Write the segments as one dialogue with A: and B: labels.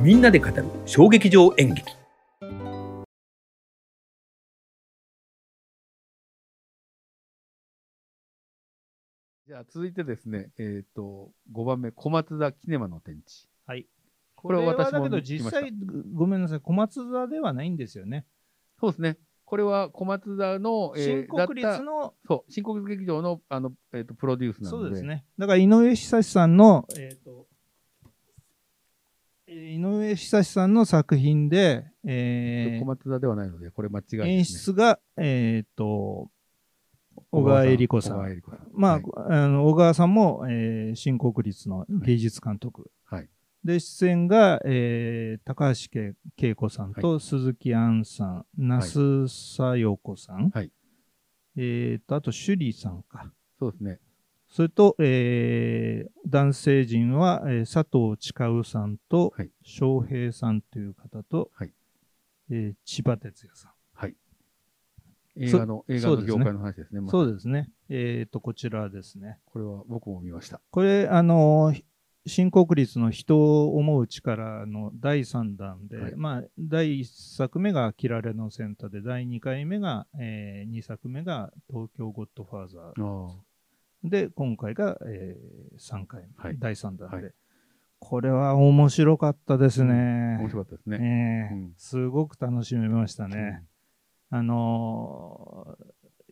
A: みんなで語る小劇場演劇
B: じゃあ続いてですね、えっ、と、5番目、小松田キネマの天地。
C: はい。
B: これは私
C: だ
B: も
C: けど
B: 聞きま
C: 実
B: した
C: 際、ごごめんなさい、小松座ではないんですよね。
B: そうですね。これは小松田の、
C: 新
B: だっ
C: 国
B: た
C: 立の、
B: そう、新国立劇場の、あの、えっ、と、プロデュースなので。
C: そうですね。だから井上久志さんの、えっ、と、えー井上久志さんの作品で、えー
B: 小松田ではないので、これ間違いです、ね。
C: 演出が、えっ、と、小川恵理子さ
B: 小川
C: ん。
B: 恵理子さん。
C: まあ、
B: はい
C: あの小川さんも、えー新国立の芸術監督。
B: はい
C: で、出演が、えー高橋け恵子さんと鈴木杏さん、那須さよ子さん、
B: はい
C: えーと、あと趣里さんか。
B: そうですね。
C: それと、えー男性陣は、えー佐藤千うさんと、
B: はい
C: 翔平さんという方と、
B: はい
C: えー千葉哲也さん。
B: 映画の、映画
C: そう
B: の
C: です
B: 業
C: ね
B: 界の話ですね。まあ
C: そうですね。えっ、と、こちらですね。
B: これは僕も見ました。
C: これ、あの、ひ新国立の人を思う力の第3弾で、
B: はい
C: まあ、第1作目がキラレのセンターで、第2回目が、え2作目が東京ゴッドファーザー
B: ああ。
C: で、今回が、え3回目、
B: はい
C: 第3弾で、
B: はい
C: これは面白かったですね。
B: 面白かったですね。
C: ねえ
B: うん
C: すごく楽しめましたね。あの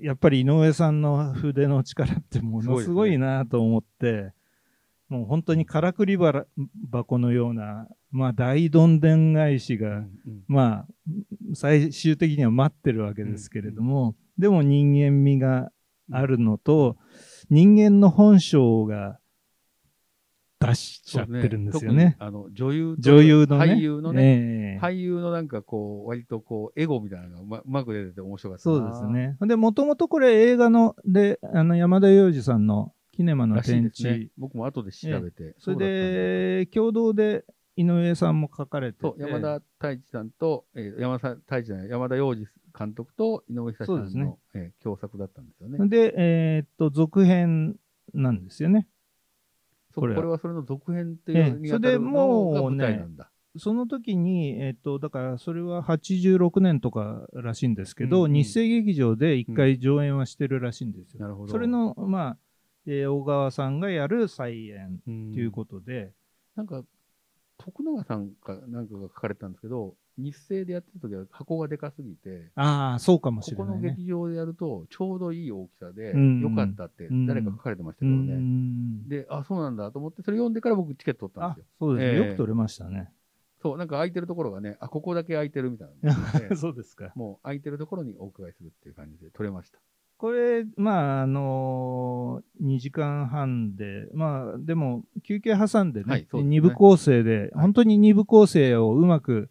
C: ーやっぱり井上さんの筆の力ってものすごいなと思って、もう本当にからくりばら箱のような、まあ、大どんでん返し
B: う
C: が、
B: んうん
C: まあ、最終的には待ってるわけですけれども、でも人間味があるのと、人間の本性が出しちゃってるんですよ
B: そうですね
C: ね。
B: 特にあの、女優と
C: 女優のね。
B: 俳優のね、
C: ええ
B: 俳優のなんかこう、割とこう、エゴみたいなのがうまうまく出てて面白かったな
C: そうです。ね。で、もともとこれ映画の、で、あの、山田洋次さんのキネマの
B: らしい
C: 天
B: で
C: 地、
B: すね。僕も後で調べて。
C: それで、共同で井上さんも書かれてて
B: そうだったんだ、そう山田太一さんと、えー山田太一じゃない、山田洋次監督と井上久志さ
C: そうで
B: ん
C: すね
B: の、えー共作だったんですよね。
C: で、えーっと、続編なんですよね。
B: そう
C: こ
B: こ
C: れ
B: れ
C: は
B: はそれの続編って
C: え
B: い
C: え
B: うにあたるのが舞台なんだ。
C: その時に、えーっと、だから、それは86年とからしいんですけ
B: う
C: ど、
B: んうん
C: 日生劇場で一回上演はしてるらしいんですよ。
B: なるほど。
C: それの、まあ、えー小川さんがやる再演
B: うん、
C: ということで、
B: なんか、徳永さんかなんかが書かれてたんですけど、日生でやってた時は箱がでかすぎて、
C: ああ、そうかも
B: こ
C: しれ
B: こ
C: な
B: の
C: い、ね。
B: 劇場でやるとちょうどいい大きさで
C: うん
B: 良かったって誰か書かれてましたけど
C: う
B: ね。
C: ん
B: で、あ、そうなんだと思って、それ読んでから僕チケット取ったん
C: あ
B: ですよ。
C: そうですね、
B: ええ
C: よく取れました ね。
B: そう、なんか空いてるところがね、あ、ここだけ空いてるみたいなん で
C: そうですか。
B: もう空いてるところにお伺いするっていう感じで取れました。
C: これ、まあ、あの2時間半で、まあ、でも、休憩挟んでね、
B: はいそうですね
C: 2部構成で、本当に2部構成をうまく、え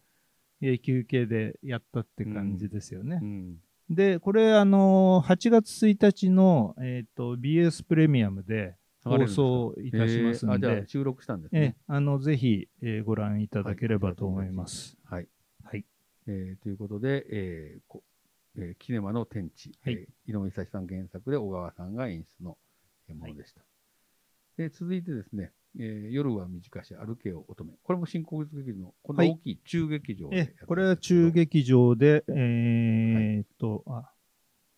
C: ー休憩でやったって感じですよね。
B: うん。
C: で、これ、あの8月1日の、えー、と BS プレミアムで放送いたしま
B: えー
C: すの
B: あ、じゃ
C: で
B: あ、収録したんです
C: え
B: ね。
C: えあのぜひ、えーご覧いただければと思います。
B: はい。
C: はい。
B: えーということで、えーこえーキネマの天地、
C: はい
B: えー井上久志さん原作で小川さんが演出のえーものでした。で続いてですね、えー夜は短し歩けよ乙女。これも新国立劇場の、この大きい中劇場でやったん
C: え
B: ですけど、
C: えこれは中劇場で、えーっと、あ、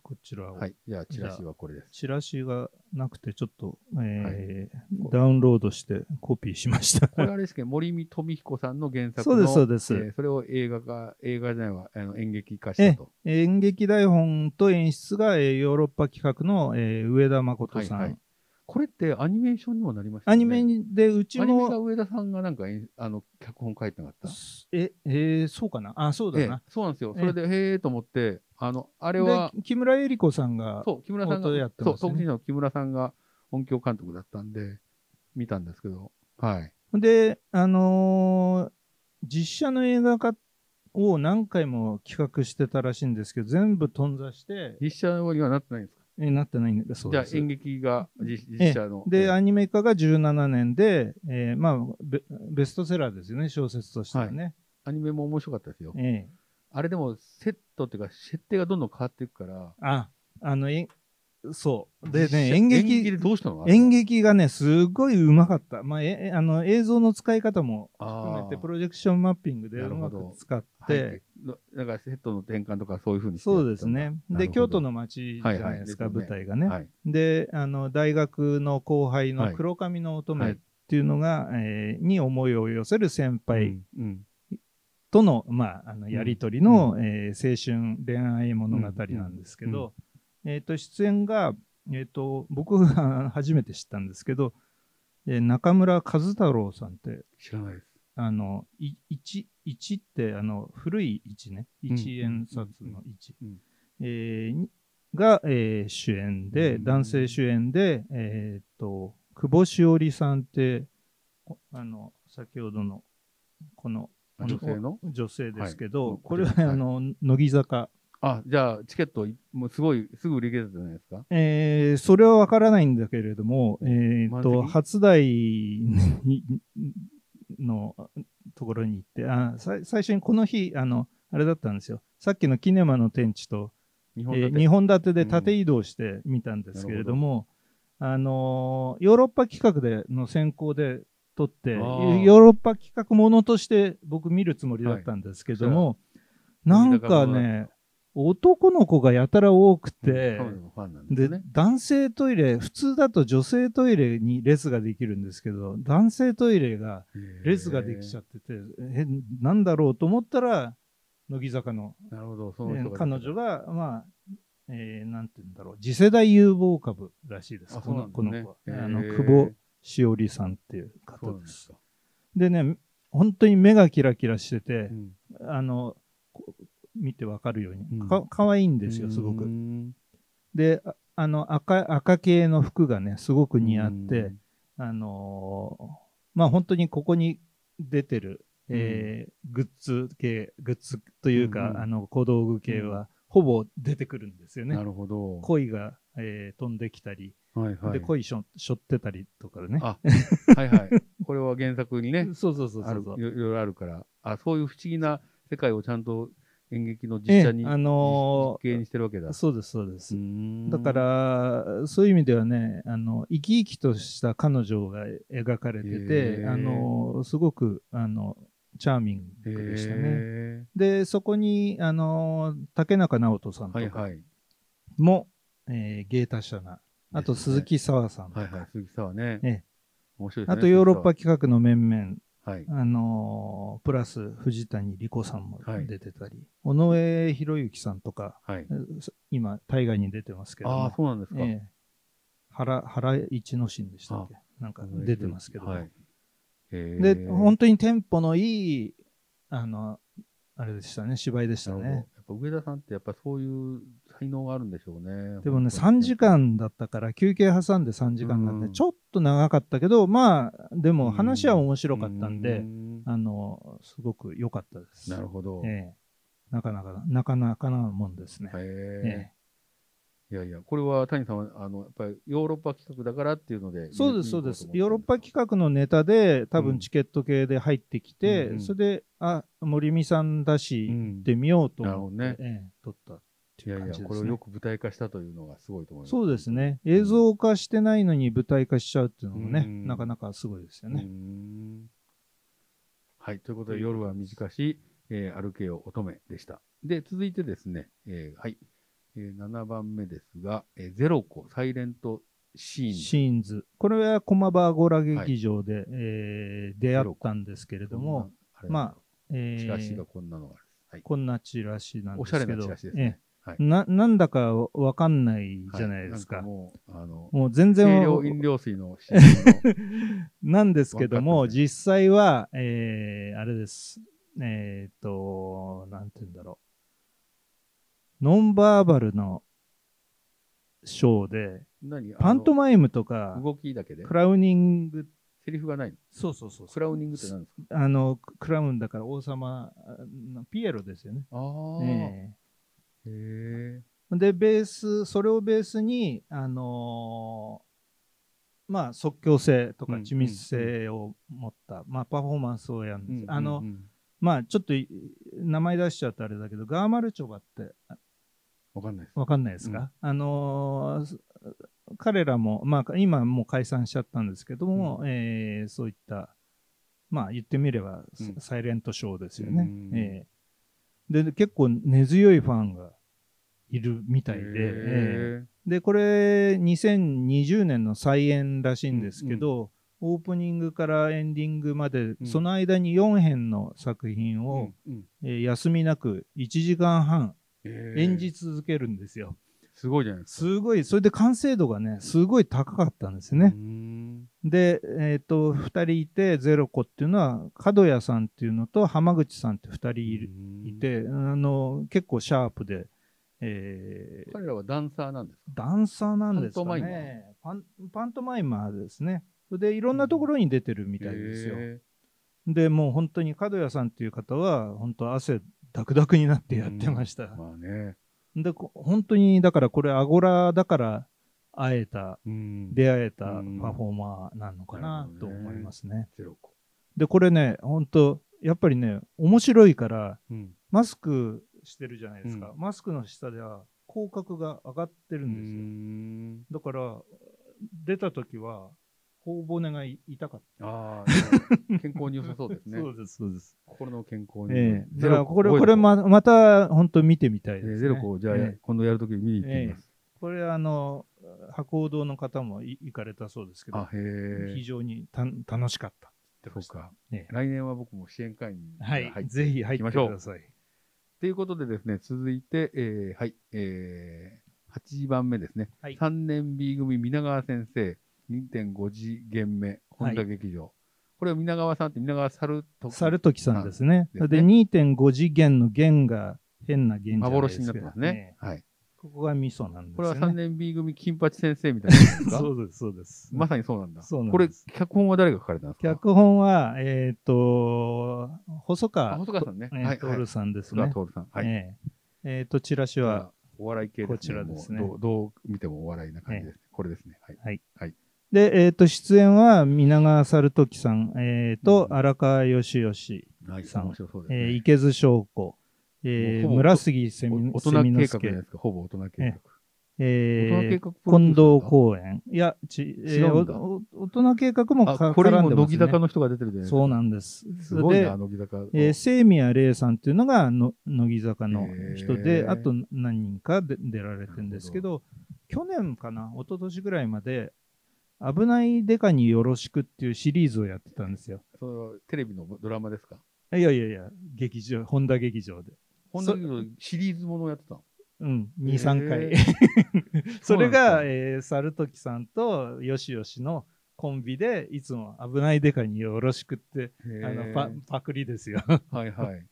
C: こちらを、
B: はい。じゃあ、チラシはこれです。
C: チラシがなくて、ちょっと、えーダウンロードしてコピーしました。
B: これあれですけど、森見富彦さんの原作の
C: そうですそうです
B: えーそれを映画化、映画じゃないわ、あの演劇化したと。
C: 演劇台本と演出が、えーヨーロッパ企画の、えー上田誠さん。
B: はいはいこれってアニメーションにもなりました
C: ア
B: よね。
C: ニメでうち
B: アニメが
C: も、
B: 上田さんがなんか演あの脚本書いてなかった。
C: え、えーそうかなあ、そうだな
B: え。えそうなんですよ。
C: え
B: そ
C: え
B: れで、へえと思って、あの、あれ
C: で
B: は、
C: 木村恵理子さんが、
B: そう、木村さんが、
C: 音やって
B: そ
C: ま
B: う、
C: すね
B: 特進の木村さんが音響監督だったんで、見たんですけど、はい。
C: で、あのー実写の映画化を何回も企画してたらしいんですけど、全部頓挫して、
B: 実写にはなってないんですか
C: えなってないんだそう
B: じゃ
C: で
B: あ
C: す。
B: 演劇が実実写の。
C: で、
B: え
C: アニメ化が17年で、えーまあベ、ベストセラーですよね、小説としてはね。
B: アニメも面白かったですよ。
C: ええ
B: あれでも、セットっていうか、設定がどんどん変わっていくから、
C: あ、あの、えそう。でね、
B: 実写
C: 演
B: 演劇で
C: 劇、
B: どうしたの
C: 演劇がね、すごいうまかった。まあ、えあの映像の使い方も含めて、プ
B: ロ
C: ロジェクションマッピングで
B: な
C: う
B: るほ
C: ま
B: ど
C: く使っ
B: って
C: て、、
B: なんかセットの転換とかそういうふうにしてやっ
C: そ
B: たん
C: う
B: だ
C: ですね。
B: なる
C: で、
B: ほど
C: 京都の街じゃないですか、
B: はいはい
C: 舞台がね。
B: はい。
C: で、あの、大学の後輩の黒髪の乙女っていうのが、えーに思いを寄せる先輩
B: うん。
C: との、まあ、あのやりとりの、えー青春恋愛物語なんですけど、えっ、と、出演が、えっ、と、僕が 初めて知ったんですけど、えー中村和太郎さんって、
B: 知らないです。
C: あの、い一、一って、あの、古い一ね。
B: うん
C: 一円札の一
B: うん。
C: えーにが、えー主演で、
B: うん
C: 男性主演で、えーっと、久保しおりさんって、こあの、先ほどの、この、
B: あ女性の
C: お女性ですけ
B: は
C: ど
B: い、
C: これは、
B: はい
C: あの、乃木坂。
B: あ、じゃあ、チケットい、もうすごい、すぐ売り切れたじゃないですか。
C: えーそれはわからないんだけれども、えーっと、
B: 満席
C: 初代にのところに行って、あさ最初にこの日、あの、あれだったんですよ。さっきのキネマの天地と、
B: 日
C: え
B: 本だ
C: ー
B: け
C: 二本立てで縦移動して見たんですけれども、あのーヨーロッパ企画での選考で撮って、ヨ
B: あー
C: ーロッパ企画ものとして僕見るつもりだったんですけども、
B: はい
C: なんかね、男の子がやたら多くて、
B: 彼女のファンなんです
C: で
B: ね。
C: 男性トイレ普通だと女性トイレに列ができるんですけど男性トイレが列ができちゃ
B: っ
C: っててえなんだろうと思ったら乃木坂の
B: た。なるほど、
C: え
B: その人が。
C: 彼女がまあえーなんて言うんだろう次世代有望株らしいです
B: あ
C: この
B: そう
C: こ
B: なん
C: の
B: ですね
C: 子はあの
B: へー
C: 久保しおりさんっていう
B: そう
C: 方
B: なん
C: で
B: ですすか。
C: でね本当に目がキラキラしてて
B: うん
C: あのこ見てわかるよう
B: う
C: に
B: ん
C: か可愛いんですよすごく
B: う。ん
C: で、ああの赤赤系の服がね、すごく似合って、あのーまあ本当にここに出てる、えーグッズ系、グッズというか、
B: うんうん
C: あの小道具系は、ほぼ出てくるんですよね
B: な。るほど。
C: 恋が、えー飛んできたり、
B: はいはい。
C: で恋しょしょってたりとかね。
B: あ、はいはい。これは原作にね、
C: そうそうそう
B: あ
C: そ
B: る
C: うそ
B: い。
C: う
B: ろいろあるから、あ、そういう不思議な世界をちゃんと演劇の
C: え
B: 実
C: え
B: 写に、
C: あの
B: 実
C: ー
B: 験してるわけだ。
C: そうですそうです。だ
B: だ
C: か、ら、そういう意味ではね、あの生き生きとした彼女が描かれて
B: へ
C: て、
B: ー
C: あのすごくあのチャーミン
B: へ
C: グでしたね。
B: ー
C: で、そこにあの竹中直人さんと
B: はい
C: か
B: はい。
C: も、えー芸達者な、あと
B: ですね
C: 鈴木沢さんとか、
B: はいはい。鈴木さんはね。
C: ええ
B: 面白いですね。
C: あとヨーロッパ企画の面々、
B: はい。
C: あのプラス藤谷莉子さんも
B: はい
C: 出てたり、尾上博之さんとか、
B: はい。
C: 今、大河に出てますけども、
B: ああ、そうなんですか。
C: ええ、原原一之進でしたっけなんか出てますけど、
B: はい。
C: で本
B: 当
C: 当にテンポのいいあのあれでしたね芝居でした
B: やっ
C: ね
B: ぱ上田さんってやっぱそういう才能があるんでしょうね。
C: でも
B: 本
C: ね
B: 当に
C: 3時間だったから休憩挟んで3時間なんで、
B: うん
C: ちょっと長かったけどまあで
B: う
C: も
B: ん
C: 話は面白かったんで、
B: うん
C: あのすごく良かったです
B: なるほど。
C: ええなかなかなかなかなもんですね、
B: へ
C: え
B: え
C: え
B: いやいや、これは谷さんは、あの、やっぱりヨーロッパ企画だからっていうので。
C: そうで
B: 見
C: す、そうです。
B: 見
C: ヨー
B: よ
C: ロ
B: う
C: ッ
B: と思
C: パ
B: ったんです
C: 企画のネタで、多
B: うん
C: 分チケット系で入ってきて、
B: うんうん
C: それで、あ、森美さんだし、行
B: うん
C: ってみようと思って、
B: なるほど
C: ええ撮ったって
B: い
C: い
B: や
C: う
B: い
C: 感じ
B: や、
C: で
B: これ
C: す
B: を
C: ね。
B: よく舞台化したというのがすごいと思います。
C: そうですね。
B: うん
C: 映像化してないのに舞台化しちゃうっていうのもね、
B: うん
C: なかなかすごいですよね。
B: うーんはい、ということで、夜は短し、えー歩けよ乙女でした。で、続いてですね、えーはい、えー7番目ですが、えーゼロ個サイレントシーン。
C: シーンズ。これは駒場ゴラ劇場で、えー出会ったんですけれども、
B: こんな、あれなんだろ
C: え
B: う
C: ー
B: チラシがこんなのがある。はい、
C: こんなチラシなん
B: お
C: で
B: しゃれ
C: すけ
B: な
C: ど、
B: チラシですね。はい
C: ええななんだかわかんないじゃないですか。
B: はもう、あの、
C: もう全然
B: 清涼飲料水の CM の
C: なんですけど
B: わ
C: も、
B: かってない
C: 実際は、えー、あれです。えっ、と、なんて言うんだろう。ノンバーバルのショーで、
B: 何あの
C: パントマイムとか、
B: 動きだけで
C: クラウニング、
B: セリフがないの
C: そうそうそう
B: クラウニングって何ですか
C: あの、ククラウンだから王様、あのピエロですよね。
B: ああ、
C: え
B: へえ。
C: えで、ベース、それをベースに、あのーまあ、即興性とか
B: うん
C: 緻密性を持った、まあ、パフォーマンスをやるんです。あの
B: うん、うんうん
C: まあちょっとい名前出しちゃうとあれだけど、ガーマルチョバってあ
B: わかんないです。
C: わかんないですか、あのーす彼らも、まあ、今もう解散しちゃったんですけども、えーそういった、まあ、言ってみれば、
B: うん
C: サイレントショーですよね。
B: うん
C: えーで、結構根強いファンがいるみたいで、え
B: へ
C: ーで、これ、2020年の再演らしいんですけど、オープニングからエンディングまで、
B: ん
C: その間に4編の作品
B: ー
C: を、
B: うんうん
C: えー休みなく1時間半
B: へー
C: 演じ続けるんですよ。
B: すごいじゃないですか。
C: すごい、それで完成度がね、すごい高かったんですね。
B: うーん
C: で、えっ、と、2人いて、ゼロ子っていうのは、角谷さんっていうのと浜口さんって2人いる、い。て、あの、結構シャープで、えー
B: 彼らはダンサーなんですか
C: ダンサーなんです
B: パントマ
C: か
B: イマ
C: ね。パンパントマイマーですね。で、いろんなところに出てるみたいですよ。
B: へ
C: で、もう本当に角谷さんっていう方は、本当汗ダクダクになってやってました。
B: ーまあね。
C: で、こ本当に、だからこれ、アゴラだから会えた、
B: うん
C: 出会えたパフ
B: うん
C: ォーマーなのか
B: なる
C: な
B: ほど
C: と
B: ね
C: 思いますね。
B: ゼロ個。
C: で、これね、本当やっぱりね、面白いから、
B: うん。
C: マスクしてるじゃないですか。
B: う
C: マスクの下では、口角が上がってる
B: うん
C: ですよ。
B: ん
C: だから、出た時は、頬骨がい痛かっ
B: あ あ、健康に良さそうです
C: た。
B: ね。
C: です、そうです。
B: 心の健康に。
C: ええ
B: ゼ
C: だから
B: ロ
C: これ、
B: 覚え
C: こ
B: と
C: れ
B: う
C: ま、また、本当見てみたい
B: え
C: です、ね。
B: ーゼロ個、じゃあ
C: ええ、
B: 今度やるとき見に行ってみます。
C: これ、あの、博報堂の方もい行かれたそうですけど
B: あ、、へ
C: 非
B: え。
C: 常にた楽しかったって言
B: そ
C: ってま
B: う
C: した。
B: か。
C: ええ
B: 来年は僕も支援会に
C: はい、
B: 入って
C: ぜひ入って
B: いきま
C: く
B: しょう
C: ださい。
B: ということでですね、続いて、えーはい、えー、8番目ですね、
C: はい
B: 3年 B 組皆川先生、2.5次元目、本田劇場。これは皆川さんって皆川猿と
C: 猿時さんですね。
B: ですね
C: で、2.5次元の弦が変な弦じゃないで
B: 幻
C: す
B: になっ
C: け
B: て
C: ど
B: ますね。。はい。
C: ここがミソなんですよ、
B: こ
C: ね。
B: れは3年 B 組金八先生みたいなやつですか
C: そうです、そうです。
B: まさにそうなんだ。
C: そうなん
B: これ
C: で、す
B: 脚本は誰が書かれたんですか
C: 脚本は、えっ、と、細
B: あ
C: 川
B: 細川さんね。
C: えー徹さんです
B: 細
C: ね。
B: 川徹さん。はい。
C: えええーと、チラシ
B: で
C: は、、
B: お笑い系ですね。
C: こちらですね
B: もうどうどう見てもお笑いな感じですね。これですね。はい。
C: で、えっ、と、出演は、皆川猿時さん、えっ、と、
B: うん
C: 荒川義義、
B: はい、
C: さん
B: 面白そうです、
C: え
B: ね。
C: ー、池津翔子、
B: も
C: えー、
B: うほぼ
C: 村杉セミ
B: お
C: セ
B: 大
C: ミ
B: 人計
C: 之
B: 画じゃないで、
C: 助
B: すか、ほぼ大人計画。
C: え
B: 大人
C: ー
B: 計画プロデュー
C: 近
B: サー
C: 藤公園。いや、ち、えー
B: 違うんだ
C: おお大人計画も
B: あ
C: か
B: これに
C: 絡ん
B: も
C: でま
B: 乃
C: す、
B: 木
C: ね。
B: 坂の人が出てるじゃないですか。
C: そうなんです。
B: すごい
C: で
B: な、乃木坂。
C: えー、清宮玲さんっていうのがの乃木坂の人
B: へ
C: で、
B: ー
C: あと何人かで出られてるんですけど、去年かな、一昨年ぐらいまで、危ないデカによろしくっていうシリーズをやってたんですよ。
B: そのテレビのドラマですか。
C: いやいやいや、劇場、本田劇場で。
B: 本田劇のシリーズものをやってたの。
C: うん、2、3
B: へ
C: 回。
B: ー
C: それが、
B: そうなんですね
C: えー、猿時さんとよしよしのコンビで、いつも危ないデカによろしくって、あのパパクリですよ。
B: はいはい。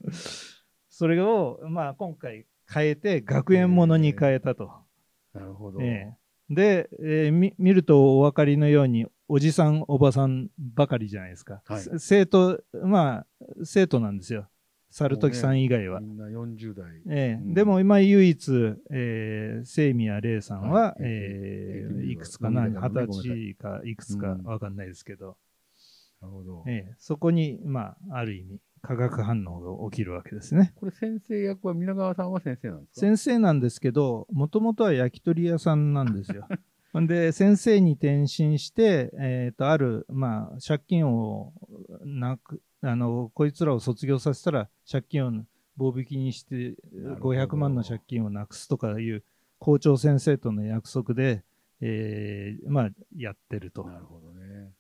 C: それを、まあ、今回変えて、学園ものに変えたと。
B: なるほど。
C: ええで、えーみ見るとお分かりのように、おじさん、おばさんばかりじゃないですか。
B: はい
C: せ生徒、まあ、生徒なんですよ。猿時さん以外は。
B: みんな40代。
C: ええ
B: うん
C: でも今唯一、えー、清宮玲さんは、
B: はい
C: いえ
B: え
C: ー
B: え
C: いくつかな、
B: ええ
C: 二十歳かいくつかわかんないですけど、
B: なるほど。
C: ええそこに、まあ、ある意味、化学反応が起きるわけですね。
B: これ先生役は皆川さんは先生なんですか
C: 先生なんですけど、もともとは焼き鳥屋さんなんで すよ。ほんで、先生に転身して、えっ、と、ある、まあ、借金をなく、あの、こいつらを卒業させたら、借金を棒引きにして
B: なる、ほど
C: 500万の借金をなくすとかいう校長先生との約束で、えーまあ、やってると。
B: なるほどね。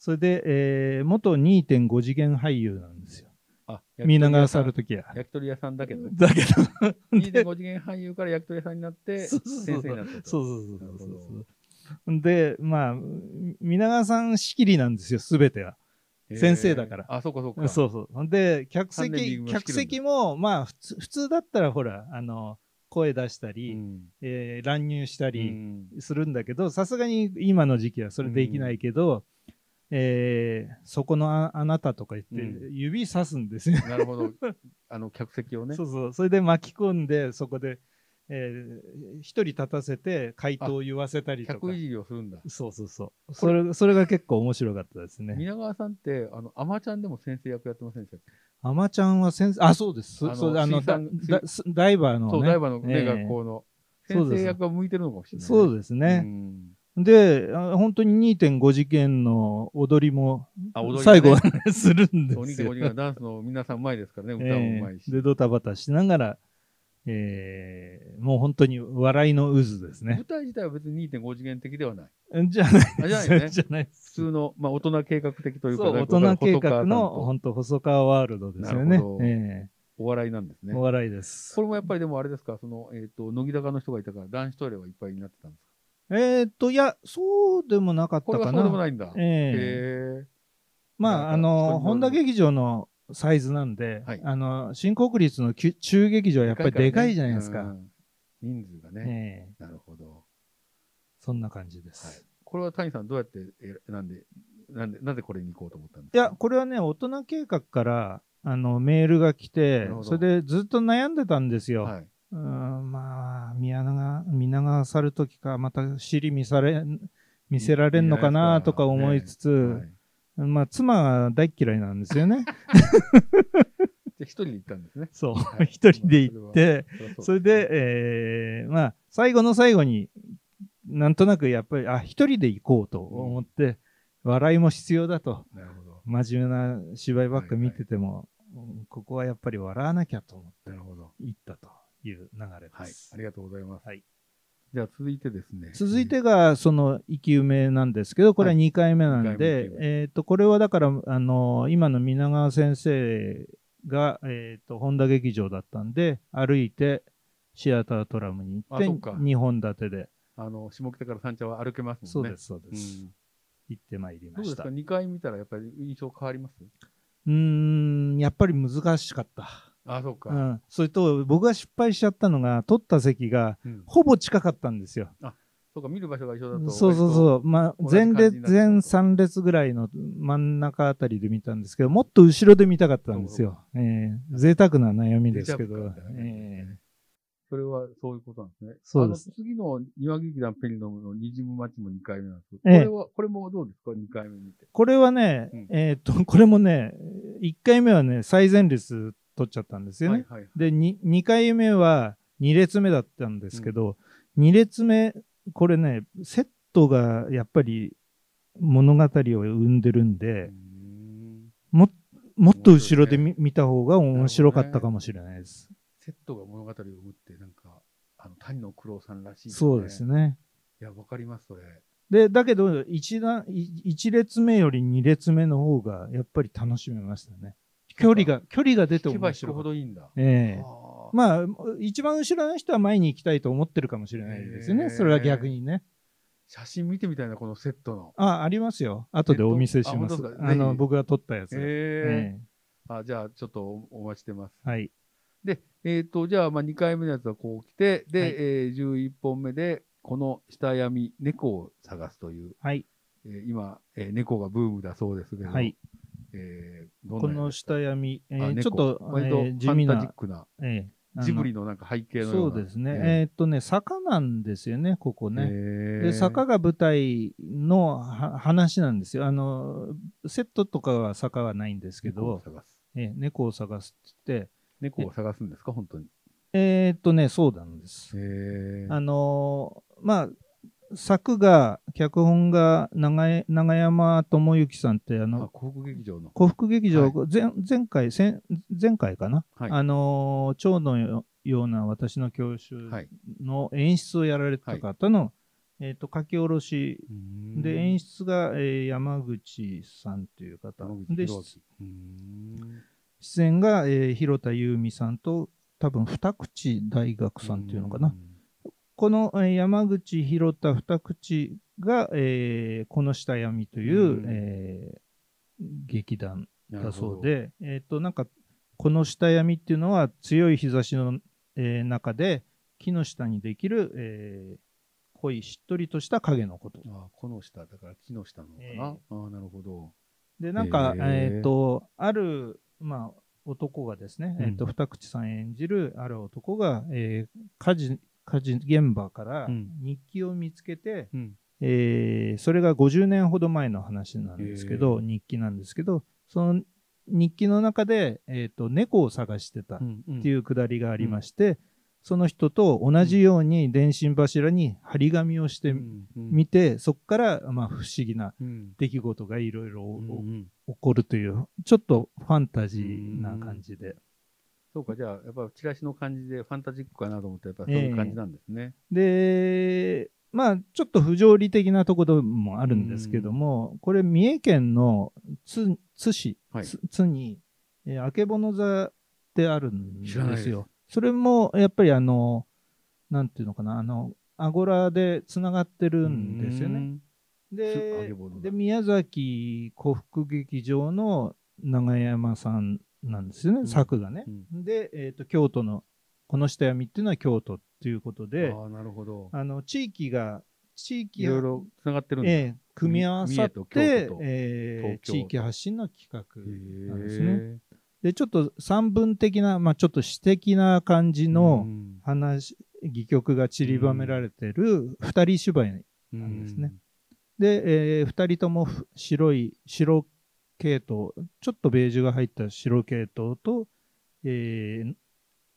C: それで、えー元2.5次元俳優なんですよ。
B: あ、
C: 皆が去るときや。
B: 焼き鳥屋さんだけ ど、
C: だけど、
B: 2.5次元俳優から焼き鳥屋さんになって、
C: そ
B: 先
C: うそうそう
B: 生になったと。
C: そうそうそうそう
B: なるほ
C: そう。で、まあ、皆川さん仕切りなんですよ、すべては。
B: へー
C: 先生だから
B: あ、そうかそう
C: そう
B: か。
C: そう。ほんで、客
B: 三年 B 組
C: 席、
B: も仕切るんだ
C: 客席も、まあ、普通、普通だったら、ほら、あの、声出した
B: う
C: り、
B: ん。
C: えー乱入した
B: う
C: り
B: ん
C: するんだけど、さすがに今の時期はそれできないけど、えーそこのああなたとか言って、
B: う
C: 指さすんですよ。
B: なるほど。あの、客席をね
C: そ。うそう。それで巻き込んで、そこで、えー一人立たせて、回答を言わせたりとか。
B: 客いじりをするんだ。
C: そうそうそう。それ、それが結構面白かったですね。
B: 皆川さんって、あの、アマちゃんでも先生役やってませんでしたっけ
C: アマちゃんは先生、あ、そうです。
B: あの
C: そう、あの、
B: 水
C: だ
B: 産
C: だすダイバーのね。
B: そう、ダイバーのね、
C: ええ
B: 学校の。
C: そう
B: 先
C: です
B: 生役が向いてるのかもしれない。
C: そう
B: で
C: ですね。で、あ本当に2.5次元の踊りも
B: あ踊りがね
C: 最後はね、 するん
B: そう
C: ですよ。
B: 2.5がダンスの皆さんうまいですからね、歌もうまい
C: え
B: し。
C: ーで、ドタバタしながら、えーもう本当に笑いの渦ですね
B: 舞。台自体は別に2.5次元的ではない。
C: じゃない
B: あじゃ
C: で
B: ない
C: す
B: よ
C: よ
B: ね
C: じゃないです。
B: 普通の、まあ、大人計画的というか、
C: そう、
B: な
C: 大
B: んか
C: 人計
B: 細川さ
C: 画
B: ん
C: の
B: と
C: 本当細川ワールドですよ
B: な
C: ね
B: るほ。ど
C: え
B: お笑いなんです
C: え
B: ね。
C: お笑いです
B: こ。れもやっぱりでもあれですか、その、えっ、と、乃木坂の人がいたから男子トイレはいっぱいになってたんですか
C: えーっと、いや、そうでもなかっ
B: これ
C: た
B: は
C: か
B: そうでも
C: な。
B: ないんだ。
C: え
B: へ
C: え
B: えな
C: まあ、あ
B: んか
C: の、
B: 人
C: 本
B: によ
C: 田
B: る
C: 劇場のサイズなんで、
B: はい
C: あの、新国立のきゅ中劇場はやっぱりでかいじゃないです
B: う
C: か。
B: ん人数がね。
C: ええ
B: なるほど。
C: そんな感じです。
B: はい
C: い、
B: これは谷さんどうやってえなんで、なんで、なぜこれに行こうと思ったんですか
C: や、これはね、大人計画から、あの、メールが来
B: な
C: て
B: るほ、ど
C: それでずっと悩んでたんですよ。
B: はいう
C: ーん、まあ、見が見流されるときか、また尻見され、見せられんのかなとか思いつつ、
B: はい
C: まあ、妻が大っ嫌いなんですよ ね。
B: で、一人で行ったんです ね。
C: そう
B: は。い
C: 一人で行って、
B: りゃう
C: それで、、えーまあ、最後の最後に、なんとなくやっぱり、あ、一人で行こうと思って、笑いも必要だと。
B: なるほど。
C: 真面目な芝居ばっか見てても、うんここはやっぱり笑わなきゃと思って
B: なるほど。
C: 行ったという流れ
B: は
C: で
B: い
C: す。。
B: ありがとうございます。
C: はい。
B: じゃあ続いてですね。
C: 続いてが、その、生き埋めなんですけど、これは
B: は
C: 2回目なん
B: 二
C: で
B: 回目生き、埋
C: えっと、これはだから、あの、今の皆川先生が、えっと、本田劇場だったんで、歩いて、シアタートラムに行っ
B: あ
C: て、
B: そっか
C: 2本立てで、
B: あの、下北から三茶は歩けますもんね。
C: そうです、そう
B: う
C: です。
B: ん。
C: 行ってまいり
B: ど
C: ま
B: うで
C: し
B: す
C: た。
B: か
C: う
B: ?2 回見たらやっぱり印象変わります
C: ーん、やっぱり難しかった。
B: あ、そう
C: う
B: か。
C: ん。それと、僕が失敗しちゃったのが、取った席が、
B: うん
C: ほぼ近かったんですよ。
B: そうか、見る場所が一緒だと。
C: そうそう
B: う。
C: そう。まあ、
B: 同じ
C: 前
B: 感
C: 列、
B: じになっちゃう
C: 前3列ぐらいの真ん中あたりで見たんですけど、もっと後ろで見たかったんですよ。ええ贅沢な悩みですけ
B: 贅沢
C: ど
B: だ。
C: え
B: ね
C: え
B: それはそういうことなんですね。
C: そうです
B: あの次の庭劇団ペリノムのにじむ街も2回目なんですけど、
C: ええ
B: これは、これもどうですか ?2 回目見て。
C: これはね、
B: うん
C: えっと、これもね、1回目はね、最前列取っちゃったんですよね。
B: はいはい。
C: で、に2回目は2列目だったんですけど、2列目、これね、セットがやっぱり物語を生んでるんで、
B: うーん
C: ももっと後ろで見,、
B: 面
C: 見た方が面白かったかもしれないです。
B: セットが物語を生むって、なんか、あの、谷野九郎さんらしい、
C: そうです。ね。
B: いや、わかります、それ。
C: で、だけど一段、い一列目より二列目の方がやっぱり楽しめましたね。距離が、距離が出て
B: 聞けば
C: 面
B: 聞く
C: 白か
B: ほ
C: った。
B: どいいんだ。
C: ええ
B: あー
C: まあ、一番後ろの人は前に行きたいと思ってるかもしれないですよ
B: へえ
C: ね。それは逆にね。
B: 写真見てみたいな、このセットの。
C: あ、ありますよ。後でお見せします。
B: えっとあ本当ですか
C: あ
B: ぜ
C: の、
B: ひ
C: 僕が撮ったやつ。
B: ええ
C: え
B: あ、じゃあ、ちょっとおお待ちしてます。
C: えはい。
B: で、えっ、と、じゃあ、まあ、2回目のやつはこう来て、で、
C: はい
B: えー11本目で、この下闇、猫を探すという、
C: はい。
B: えー今、えー猫がブームだそうですけど、
C: はい。
B: えーど
C: こ
B: んな
C: の
B: やつですか
C: 下闇、え
B: あ
C: ーち
B: 猫
C: ょっと、
B: 割
C: え
B: とフ
C: ー地
B: ァ
C: 味
B: ンタジッ
C: な、
B: クな、
C: ええあの
B: ジブリのなんか背景のよ
C: そう
B: な。
C: うですね。
B: え
C: えーっとね、坂なんですよね、ここ
B: ーえ
C: ね。
B: ー
C: で坂が舞台のは話なんですよあの。セットとかは坂はないんですけ
B: 猫を
C: ど、
B: 探す。
C: ええ猫を探すって言って、
B: 猫を探すんですか、本当に。
C: えーっとね、そうなんです。
B: えー
C: あのーまあ、作が、脚本が長江長山智之さんって、あ
B: あ
C: の、
B: 航空劇場の。
C: 幸福劇場、
B: は
C: 前前回、前前回かな、
B: はい
C: あのー、蝶のよような私の教習
B: はい。
C: の演出をやられてた方の、えーっと書き下ろしで、演
B: 出
C: 出が、えー山口さんという方。で、出出演が、えー広田優美さんと、多分二口大学さんっていうのかな。この、えー山口、広田、二口が、えーこの下闇という、
B: うん
C: えー劇団
B: なる
C: だ
B: ほ
C: そ
B: ど
C: うで、えっ、と、なんか、この下闇っていうのは強い日差しの、えー中で、木の下にできる、えー濃いしっとりとした影のこと。
B: ああ、木の下、だから木の下なのかな。
C: ええ
B: ああ、なるほど。
C: で、なんか、
B: へー
C: えっ、と、ある、まあ、男がですね、
B: うん
C: えっ、と、二口さん演じる、ある男が、えー火事、火事現場から
B: うん
C: 日記を見つけて、
B: うん。
C: えーそれが50年ほど前の話なんですけ
B: へ
C: ど、日記なんですけど、その日記の中で、えっ、と、猫を探してたっ
B: ん、。
C: ていううくだりがありまして、その人と同じように電信柱に張り紙をしてみて、そこから、まあ、不思議な
B: うん
C: 出来事がいろいろ
B: うん
C: お
B: うん
C: 起こるという、ちょっとファンタジーな感じで。
B: そうか、じゃあ、やっぱチラシの感じでファンタジックかなと思ったら、やっぱそういう感じなんですね。
C: で、まあ、ちょっと不条理的なところもあるんですけども、これ、三重県の津津市、
B: はい
C: 津津に、えー、あけぼの座ってあるんで
B: 知らないですす
C: よ。それも、やっぱり、あの、なんていうのかな、あの、アゴラでつながってるんですよね。
B: つあ
C: で
B: げ棒の
C: で宮崎古福劇場の永山さんなんですよね、
B: うん
C: 作がね
B: う。ん。
C: で、えーと京都のこの下闇っていうのは京都っていうことで
B: ああ、なるほど。
C: あの地域が地域
B: いろいろつながってるんだ。
C: ええ組み合わさっ
B: 三重と京
C: て
B: 都と、
C: えー
B: 東京
C: 地域発信の企画
B: へ
C: なんですね。
B: え
C: でちょっと三文的な、まあ、ちょっと詩的な感じの
B: うん
C: 話、戯曲が散りばめられてる二人芝居なんですね。で、え2人ともふ白い、白系統、ちょっとベージュが入った白系統と、えー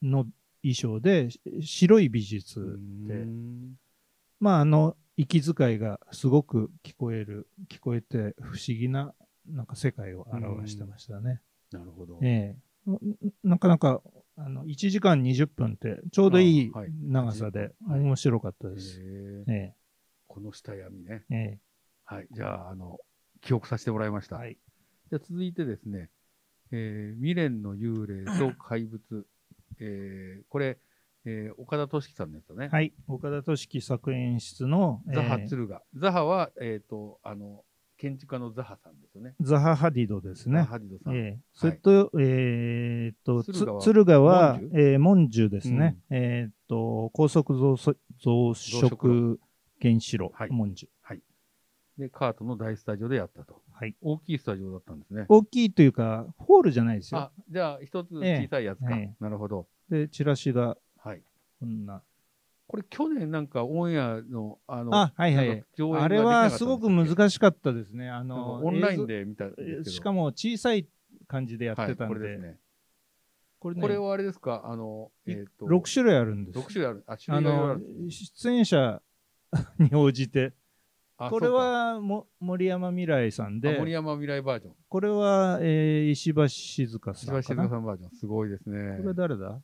C: の衣装で、し白い美術。
B: うん
C: で
B: うん
C: まあ、あの、息遣いがすごく聞こえる、聞こえて不思議な、なんか世界を表してましたね。
B: なるほど。
C: ええんなかなか、あの、1時間20分って、ちょうどいい
B: あはい
C: 長さで、
B: はい
C: 面白かった
B: へ
C: です。
B: え
C: え
B: この下闇ね。
C: ええ
B: はい。じゃあ、あの、記憶させてもらいまし
C: え
B: た。
C: はい。
B: じゃあ続いてですね、えー未練の幽霊と怪物。えーこれ、えー岡田敏樹さんのやつだね。
C: はい。岡田敏樹作演出の、
B: ザハ
C: ええ
B: ツルガ。ザハは、えっ、と、あの、建築家のザハさんですよね。
C: ザハ・ハディドです
B: ザ
C: ね。
B: ハディドさん。
C: ええそれと、えーっと、つ
B: 敦賀はモ
C: 敦賀は
B: ン、
C: えーモンジュですね。えーっと、高速増殖
B: 増
C: 増
B: 殖
C: 殖原子炉、
B: はい
C: モンジュ。
B: で、カートの大スタジオでやったと。
C: はい。
B: 大きいスタジオだったんですね。
C: 大きいというか、ホールじゃないですよ
B: あ。、じゃあ、一つ
C: ええ
B: 小さいやつか。
C: ええ
B: なるほど。
C: で、チラシが
B: はい。
C: こんな。
B: これ、去年なんかオンエアの、あの、
C: あ、はいは
B: なん
C: い
B: か。上映が
C: あれ
B: できなかったん
C: は
B: ですす
C: ごく
B: しい。
C: 難しかったですね。
B: な
C: あ
B: んか
C: の、
B: オンライン
C: 映
B: で見たんですけど。
C: 像。しかも小さい感じでやってたん
B: はい、こ
C: で、
B: れですね。
C: これね
B: これはあれですか、あの、えっ、と、
C: 6種類あるんですよ
B: 六種類ある。あ、種
C: あ
B: 類がいろいろあ
C: の
B: る。
C: 出演者 に応じて、
B: あ
C: これ
B: そうか
C: はも森山未来さん
B: あ森
C: で、
B: 山未来バージョン。
C: これは、えー石橋静香
B: 石
C: さ
B: 橋
C: ん
B: 静香
C: かな。
B: さ
C: こ
B: んバージョン。すごいですね。
C: れ誰だ、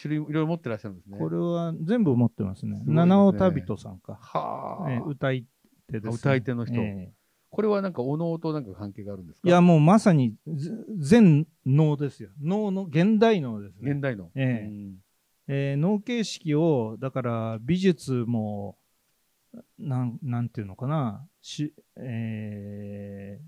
B: 種類いろいろ持ってらっしゃるんですね。
C: これは全部持ってます
B: すごい
C: ね。
B: ですね
C: 七尾旅人さんか。
B: はあ、
C: えー歌い手です、ね。
B: 歌い手の人
C: え
B: これはなんか、お能となんか関係があるんです
C: ー
B: か
C: いや、もうまさにぜ全能ですよ。能の、現代能ですね
B: 現。代の。
C: ええ
B: うん
C: えー、脳形式をだから美術もなんなんていうのかなし、えー、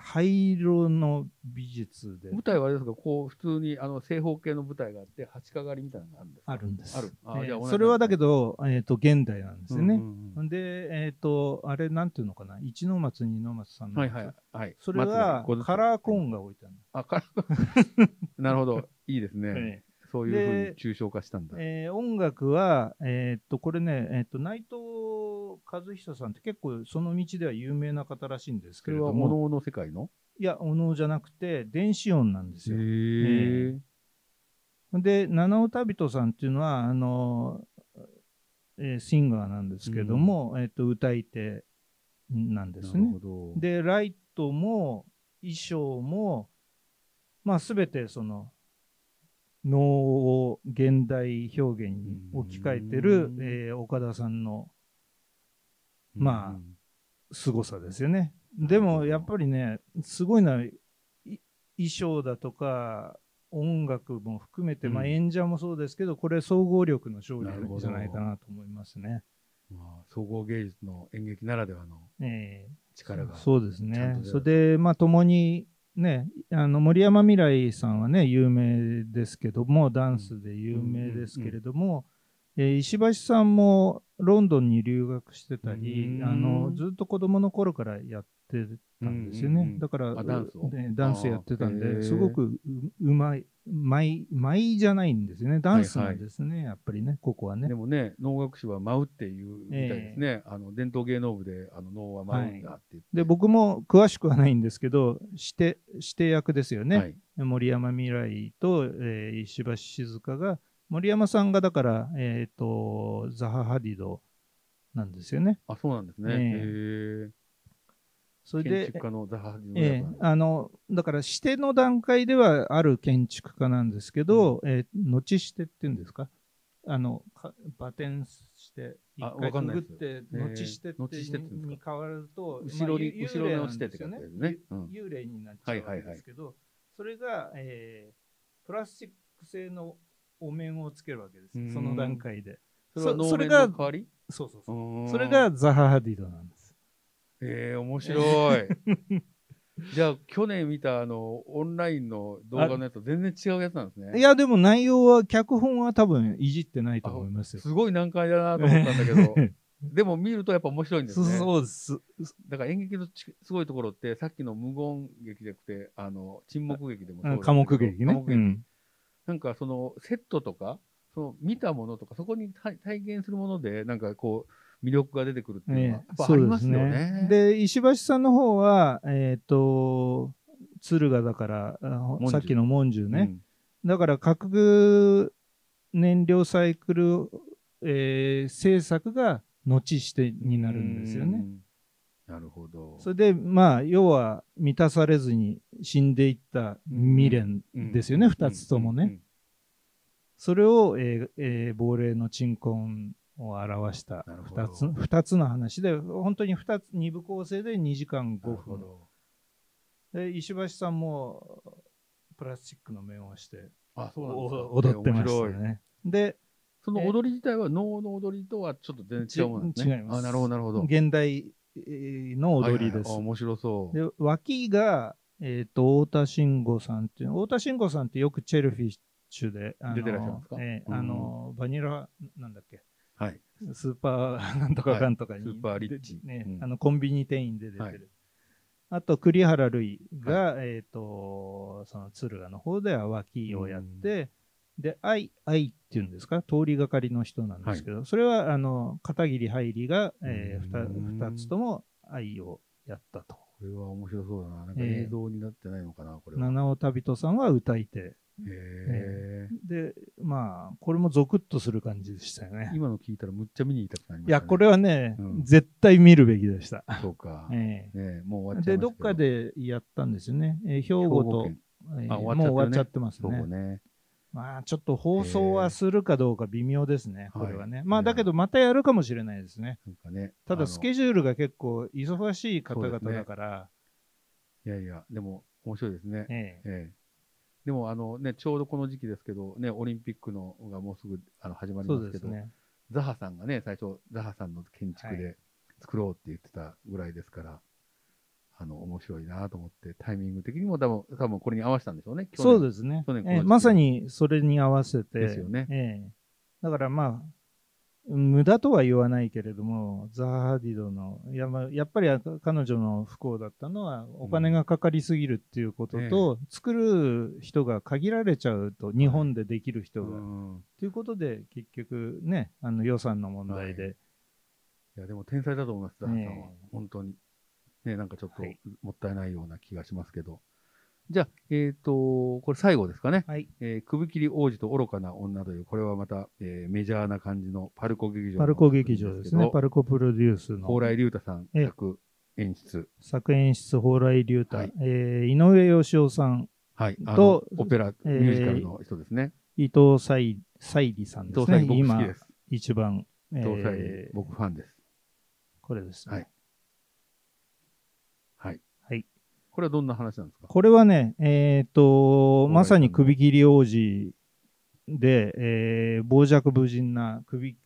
C: 灰色の美術で
B: 舞台はあれですか、こう、普通に、あの、正方形の舞台があって、八か狩りみたいなのがあるんですか
C: あるんです。
B: あるあ
C: えー
B: じゃあ同じ
C: それはだけど、えー、と現代なんですよね。
B: うんうん
C: で、えっ、と、あれなんていうのかな一の松二の松さん
B: うん
C: の
B: は
C: や
B: い
C: つ
B: はいはい。
C: それはカラーコーン
B: が。
C: が置いてあるの
B: あ、カラーコーン。 なるほど。いいですね。
C: え
B: そういう
C: で
B: ふうに抽象化したんだ。
C: ーえー音楽は、えっ、と、これね、えっ、と、内藤和久さんって結構その道では有名な方らしいんです
B: そ
C: け
B: れ
C: れ
B: は、
C: ど
B: お
C: も、
B: 能の世界の
C: いや、お能じゃなくて、電子音なんです
B: へ
C: よ。
B: え。
C: で、七尾旅人さんっていうのは、あの、えーシンガーなんですけども、えっ、と、歌い手なんです
B: なる
C: ね
B: ほ。ど。
C: で、ライトも衣装も、まあ、すべてその、能を現代表現に置き換えてる
B: う、ん
C: えー岡田さんの
B: うん
C: まあ凄さですよね。
B: る
C: で
B: ほど
C: も、やっぱりね、すごいな、い衣装だとか、音楽も含めて、まあ、
B: うん
C: 演者もそうですけど、これ総合力の勝利
B: なるほど
C: じゃないかなと思いますね。
B: まあ、総合芸術の演劇ならではの
C: えー
B: 力が。
C: そうです
B: ちゃん
C: ね
B: と。出
C: そ
B: る
C: れで、まあ、共に、ね、あの森山未来さんはね、有名ですけども、ダンスで有名ですけれども、えー石橋さんもロンドンに留学してた
B: う、
C: り
B: ん
C: あのずっと子供の頃からやってたんですよね。
B: うんうんうん
C: だから
B: あダンスを
C: ねダンスやってたん
B: あーへ
C: で、
B: ー
C: すごくううまい、うまい、うまいじゃないんですよね。ダンスなんですね、やっぱりね、ここはね
B: で。もね、能楽師は舞うっていうみたいですね。あの伝統芸能部であの能は舞うんだって言って。
C: で、僕も詳しくはないんですけど、して、して役ですよね。
B: はい
C: 森山未来と、えー石橋静香が森山さんがだから、えっ、と、ザハ・ハディドなんですよね。
B: あ、そうなんですね。
C: え
B: へ
C: え
B: え
C: それで、
B: 建築家のザハハジの
C: ええ
B: 親分
C: あのだから指定の段階ではある建築家なんですけど、えー後指定っていうんですかあのかバテンして
B: あ
C: 一回
B: わか
C: く
B: んない
C: ぐ
B: で
C: っ
B: す
C: て
B: えー
C: 後指定って
B: 後指定っていうんですか
C: に変わると
B: 後ろに、
C: まあ
B: 後ろの指定って
C: 幽
B: 感じ
C: 霊
B: です
C: なん
B: ね
C: で。
B: う
C: すよ
B: ん
C: ね幽霊になっちゃうわけですけど、それが、えープラスチック製のお面をつけるわけですよ
B: うん
C: その段階で
B: それは
C: そ
B: 能
C: それ
B: 面
C: が
B: の代わり
C: そうそうそうう、
B: ーん
C: それがザハ・ハディドなんです
B: ええ面白 い。じゃあ、去年見たあの、オンラインの動画のやつと全然違うやつなんですね。
C: いやでも内容は脚本は多分いじってないと思いますよ
B: すごい難解だなと思ったんだけ ど、でも見るとやっぱ面白いんです
C: そう
B: ね。
C: そうです。
B: だから演劇のちすごいところって、さっきの無言劇じゃなくて、あの、沈黙劇でもそうなんだけど
C: 科目劇ね。
B: 寡黙
C: う
B: 劇
C: ん
B: なんかそのセットとか、その見たものとか、そこに体体現するもので、なんかこう、魅力が出てくるっていうのは、や
C: ええ
B: っぱありますよね。
C: で、石橋さんの方は、えっ、と、敦賀だから、あ
B: 文殊
C: さっきの文殊
B: うん、
C: ね。だから、核具燃料サイクル、えー政策が後してになるんですよね。
B: うん。なるほど。
C: それで、まあ、要は満たされずに死んでいった未練ですよね、二、つともね。
B: うんうん
C: それを、えーえー亡霊の鎮魂を表した
B: なるほど
C: 2つ二つの話で、本当に 2, つ二部構成で2時間
B: な
C: 5
B: るほ
C: 分。
B: ど。
C: で石橋さんもプラスチックの面をして
B: あ、そうなんですか
C: お踊ってま
B: ええ
C: し
B: 面
C: た
B: 白い
C: ね。で、
B: その踊り自体は能の踊りとはちょっと全然違うもんなんですね。
C: ち違います
B: あ、なるほど、なるほど。
C: 現代えーの踊りです
B: はいはいあ。面白そう。
C: で、脇が、えっと太田慎吾さんっていう、太田慎吾さんってよくチェルフィッシュで、あの
B: 出てらっしゃるんですか
C: えー
B: うん
C: あのバニラ、なんだっけ、
B: はい。
C: スーパーなんとかかんとかに、
B: はいスーパーリッチ
C: ね
B: うん
C: あのコンビニ店員で出てる、
B: はい
C: あと栗原るいが、えっ、とその敦賀の方では脇をやって、で愛愛っていうんですか通りがかりの人なんですけど、それはあの片桐はいりが、えー、
B: うん
C: 2, つとも愛をやったと
B: これは面白そうだな。なんか
C: ええ
B: 映像になってないのかな、これは。
C: 七尾旅人さんは歌い手
B: へえ
C: でまあこれもゾクッとする感じでしたよね
B: 今の聞いたらむっちゃ見に行きたくなりまし
C: い
B: た、ね。
C: やこれはね、
B: うん
C: 絶対見るべきでした、
B: そうか。ね
C: ええ
B: えもう終わっちゃいま
C: で、どっ
B: したけ
C: かでやったんですよね。えー兵
B: 兵庫
C: 庫と、
B: 県。
C: えー
B: あ終わっちゃってるね
C: もう終わっちゃってます
B: そう
C: ね。
B: ね。
C: まあ、ちょっと放送はするかどうか微妙ですね、
B: えー
C: これはね。
B: はい
C: まあ、
B: ね
C: だけどまたやるかもしれないですね。
B: なんかね。
C: た
B: あの
C: だ、スケジュールが結構忙しい方々だから、
B: いやいや、でも面白いですね。
C: ええ
B: ええでもあのね、ちょうどこの時期ですけど、ね、オリンピックのがもうすぐあの始まり
C: そ
B: ま
C: う
B: すけ
C: です
B: ど、
C: ね。
B: ザハさんがね、最初、ザハさんの建築
C: は
B: で作ろうって言ってたぐらいですから、あの、面白いなと思って、タイミング的にも多分、多分これに合わせたんでしょうね、去年
C: そうですね
B: 去年この時期
C: ええまさにそれに合わせて、
B: ですよね
C: ええだからまあ、無駄とは言わないけれども、ザ・ハディドの、いやまあやっぱりあ彼女の不幸だったのは、お金がかかりすぎるっていうことと、作る人が限られちゃうと、日本でできる人が。
B: うん
C: ということで、結局ね、あの予算の問題で、
B: いや、でも天才だと思います、ザハさんは。
C: ねえ
B: 本当に。ね、なんかちょっと
C: はい
B: もったいないような気がしますけど。じゃあ、えっ、と、これ最後ですかね。
C: はい、
B: えー首切り王子と愚かな女という、これはまた、えーメジャーな感じのパルコ劇場の
C: パルコ劇場ですね、
B: 作品
C: パルコプロデュース
B: けど蓬
C: の
B: 莱龍太さん
C: ええ
B: 作演出。
C: 作演出、蓬莱竜太、
B: はい
C: えー井上芳雄さん、
B: はい。あの
C: と、
B: オペラ、
C: え
B: ミ
C: ー
B: ュージカルの人ですね。
C: 伊藤沙莉沙莉さんで
B: 東
C: す
B: 西
C: ね、
B: 僕好きです。
C: 今一番、え
B: 東西、
C: ー
B: 僕ファンです。
C: これですね、
B: はいはい。
C: はい
B: これはどんな話なんですか
C: これはね、えっと
B: い
C: まさに首切り王子で、えー傍若無人な首、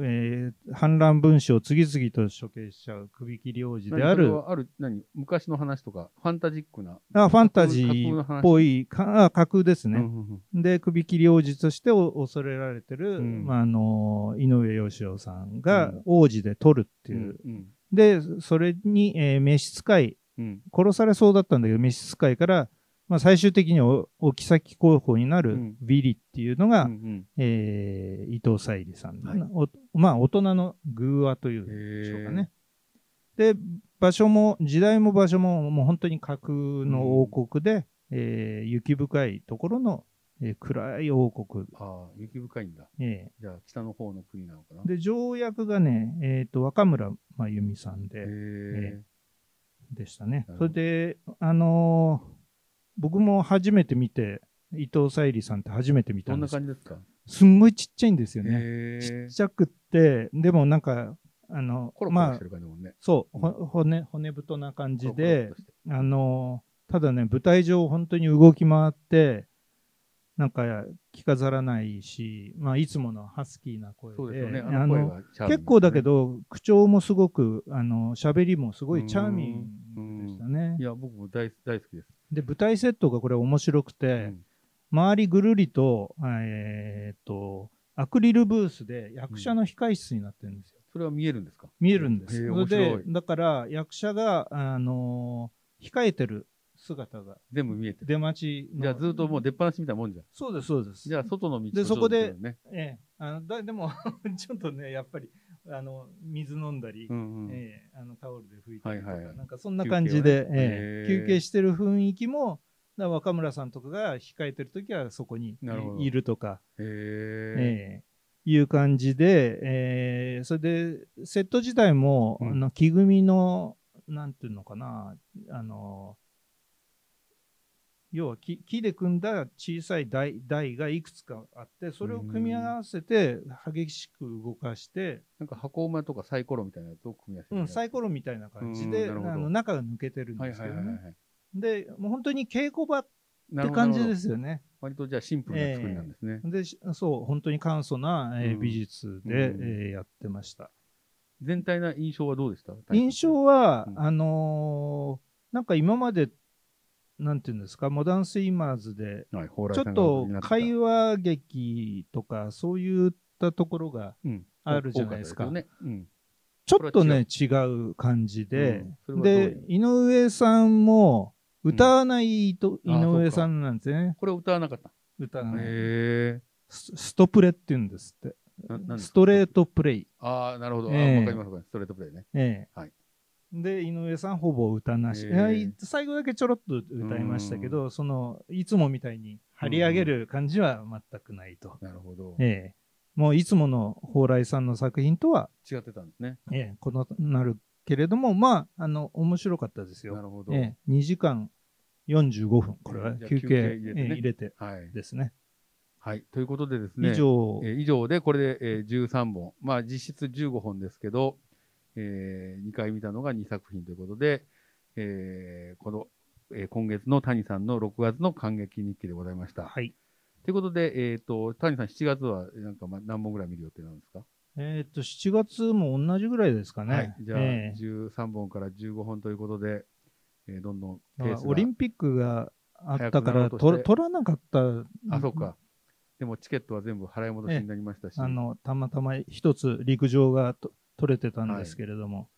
C: えー反乱分子を次々と処刑しちゃう首切り王子であ
B: 何それ
C: る
B: はある、何昔の話とか、ファンタジックな。
C: あファンタジーっぽいかあ架空です
B: うんう
C: ね、
B: んうん
C: で首切り王子としてお恐れられてる、
B: うん
C: まあ、あの井上芳雄さん
B: う
C: が
B: ん
C: 王子で取るっていうう、
B: んうん
C: でそれに、えー召使い
B: うん
C: 殺されそうだったんだけど、召使いから、まあ、最終的にお置き先候補にな
B: う
C: る
B: ん
C: ビリっていうの
B: う
C: が、
B: ん
C: えー伊藤沙莉さん、
B: はい
C: おまあ大人の偶話とい
B: う
C: う
B: ん
C: で
B: へ
C: しょう
B: ー
C: かね。で、場所も、時代も場所も、もう本当に架空の王国で、えー雪深いところの、えー暗い王国、
B: ああ、雪深いんだ。
C: え
B: じゃあ、北の方の国なのかな
C: ー。で条約がね、えー、と若村真由美さん
B: へ
C: で
B: え
C: でしたね
B: なるほ
C: それ
B: ど
C: で、あのー僕も初めて見て伊藤沙莉さんって初めて見た
B: どん
C: んで
B: な
C: す
B: 感じですか
C: すんごいちっちゃいんですよね、
B: へ
C: ち
B: え
C: っ。ちゃくってでもなんかあの
B: コロコロ
C: ま
B: し
C: あ
B: てる感じだもんね。
C: そうほ骨骨太な感じ
B: コロコロ
C: で
B: っとして
C: あのただね舞台上本当に動き回ってなんか着飾らないし、まあ、いつものハスキーな声で
B: そうですよね。あ
C: あ
B: の声
C: の
B: がチャーミングですね
C: 結構だけ。ど口調もすごくあの喋りもすごいチャーミングでしたね
B: い。や、僕も大大好きです。
C: で舞台セットがこれ面白くて、
B: うん
C: 周りぐるりと,、えーっとアクリルブースで役者の控室になってるんですよ。
B: それは見えるんですか
C: 見えるんで
B: へ
C: す。
B: え
C: それ
B: 面白
C: で
B: い
C: だから役者が、あのー控えてる姿が
B: 全部見えてる。
C: 出待ちの
B: じゃあずっともう出っ放しみたいなもんじゃん。
C: そうですそうです
B: じゃあ外の道
C: で
B: もう
C: そこで
B: ですよね
C: ええあのだでも ちょっとねやっぱりあの水飲んだり、
B: うんうん。
C: ええあのタオルで拭いたりとか、
B: はいはいはい
C: なんかそんな感じで
B: 休憩を
C: 休
B: ね
C: 憩,、ええ
B: へえ
C: 休憩してる雰囲気もだから若村さんとかが控えてる時はそこに
B: なるほど
C: いるとか、
B: へえ。
C: ええいう感じで、ええそれでセット自体も、
B: うん
C: あの木組みのなんていうのかなあの要は木木で組んだ小さい台台がいくつかあってそれを組み合わせて激しく動かして、
B: なんか箱馬とかサイコロみたいなやつを組み合わせて
C: う
B: ね
C: ん、サイコロみたいな感じで、
B: うんなるほど
C: あの中が抜けてるん
B: はい
C: です
B: は
C: け
B: い
C: ど
B: は
C: ね、
B: いはい。
C: でもう本当に稽古場っ
B: な
C: て
B: るほど
C: 感じで
B: なる
C: すよね。
B: ほど割とじゃあシンプルな作りなんですね。
C: でしそう本当に簡素な、えー
B: うん
C: 美術で、
B: うん
C: えーやってました。
B: 全体な印象はどうでした
C: 印象は、
B: うん
C: あのーなんか今まで、なんていうんですか、モダンスイマーズで、
B: はい、蓬莱
C: ちょ
B: さ
C: っ
B: んがお
C: と
B: 出になってた
C: 会話劇とか、そういったところが、
B: うん
C: あるじゃないですか
B: 多ったですよねうん
C: ちょっとね、違う感じで、
B: うんそれはど
C: で
B: う、
C: 井上さんも、歌わないと、
B: うんあ
C: 井上さんなんですね。
B: これを歌わなかった。
C: 歌わな
B: へ
C: い
B: え。
C: スストプレって言うんですって。
B: ななんです
C: ス
B: か
C: トレートプレイ。
B: ああ、なるほど。あ
C: え
B: ー
C: え
B: わかりますわかります。ストレートプレイね。
C: ええ
B: はい
C: で、井上さん、ほぼ歌なし、
B: へ
C: いや
B: え
C: い最後だけちょろっと歌いましたけど、そのいつもみたいに張り上げる感じは全くないと、
B: なるほど。
C: ええもういつもの蓬莱さんの作品とは、
B: 違ってたんですね。
C: ええ異なるけれども、まあ、あの面白かったです
B: な
C: よ、
B: るほど。
C: ええ2時間45分、これは
B: じゃあ
C: 休
B: 休
C: 憩
B: 憩入れてね
C: ええ入れて
B: はい。
C: ですね。
B: はい。ということでですね。
C: 以上、
B: えー以上で、これで、えー13本。まあ、実質15本ですけど、え2回見たのが2作品ということで、えーこの、えー今月の谷さんの6月の感激日記でございました。
C: はい
B: ということで、えっ、と、谷さん7月は、なんか、ま、何本ぐらい見る予定なんですか
C: えっと7月も同じぐらいですかね。
B: はい。じゃあ、
C: ええ
B: 13本から15本ということで、えーどんどんペ
C: だから
B: ースが
C: オリンピックがあっ
B: 早
C: たから
B: くなろうとして
C: 取取らなかった
B: あ、そうか。でもチケットは全部払い戻しになりましたし、
C: あのたまたま一つ陸上がと取れてたんですけれども、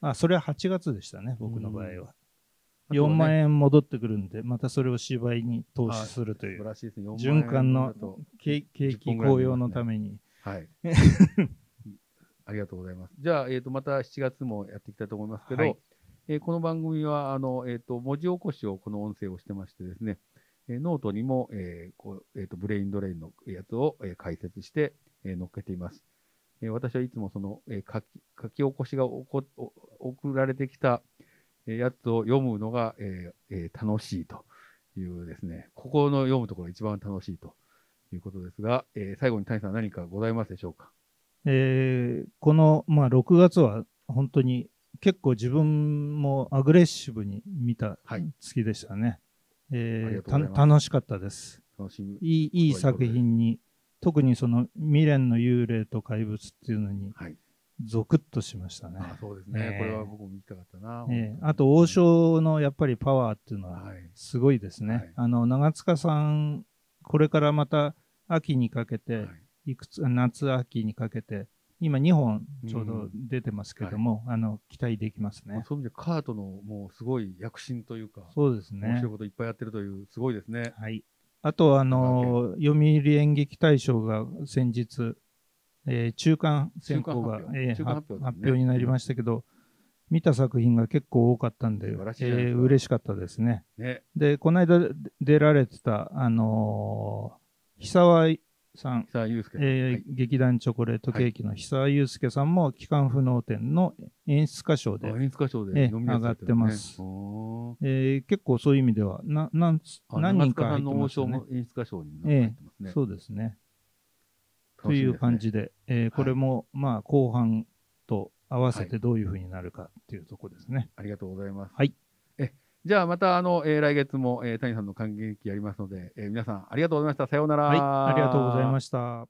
C: あそれは8月でしたね、僕の場合
B: うん
C: は。4
B: 円
C: 万円戻ってくるんで、またそれを芝居に投資すると
B: 素
C: い
B: 晴
C: う、
B: らしいですね。4万円
C: 循環の
B: だと
C: 景景
B: 10
C: 気
B: 本ぐらい
C: 高揚のために。
B: はい。ありがとうございます。じゃあ、えっ、と、また7月もやっていきたいと思いますけど、
C: はい
B: えーこの番組は、あの、えっ、と、文字起こしをこの音声をしてましてですね、えーノートにも、えーこうえーと、ブレインドレインのやつを、えー解説して、えー載っけています。えー私はいつもその、えー書き、書き起こしがおこお送られてきた、えーやつを読むのが、えーえー楽しいというですね、ここの読むところが一番楽しいということですが、えー最後に谷さん何かございますでしょうか
C: えーこの、まあ、6月は本当に結構自分もアグレッシブに見た
B: はい
C: 月でしたね。えー
B: ありがとうございます
C: た楽しかったです。
B: 楽しみ。
C: いいいい作品に、特にその未練の幽霊と怪物っていうのに、
B: はい。
C: ゾクッとしましたね。
B: あそうですね
C: え。え
B: これは僕も見たかったな。
C: ええあと、王将のやっぱりパワーっていうのは、
B: はい。
C: すごいですね。
B: はい
C: あの、長塚さん、これからまた秋にかけ
B: は
C: て
B: い、
C: いくつ、夏、秋にかけて、今2本ちょう
B: う
C: ど
B: ん
C: 出てますけども、あの、期待できます
B: まあ
C: ね。
B: そういう意味でカートのもうすごい躍進というか、
C: そうです
B: 面
C: ね
B: 白い。こといっぱいやってるという、すごいですね。
C: はい。あと、あの、読売演劇大賞が先日、えー中間選考が
B: 中間発表
C: えー
B: 中間
C: は
B: 発
C: 発
B: 表ですね
C: 表になりましたけど、見た作品が結構多かったんで、え
B: 素晴らしいじゃないです
C: ー
B: か
C: 嬉しかったですね。
B: ね。
C: で、この間で出られてた、あの久和さん、
B: 久祐介さん。は
C: えー
B: い
C: 劇団チョコレートケーキの久和祐介さんも、機関不能展の演出家賞で
B: あ、演出歌賞
C: え
B: で
C: え
B: ノミネートされるね
C: 上がってます
B: おー
C: えー結構そういう意味では、ななん
B: あ
C: 何人
B: 長
C: か
B: 塚さん
C: 入って
B: の王
C: ました
B: 将
C: ね
B: も。演出歌賞になってますね。
C: そうですね。と
B: 楽し
C: い
B: みですね
C: う感。じで、えーこれも、まあ、後半と合わせてどういうふうになるかっていうとこですね。
B: ありがとうございます。
C: はい。
B: えじゃあまたあの、えー来月も、えー谷さんの還元期やりますので、えー皆さんありがとうございました。さようなら。
C: はい、ありがとうございました。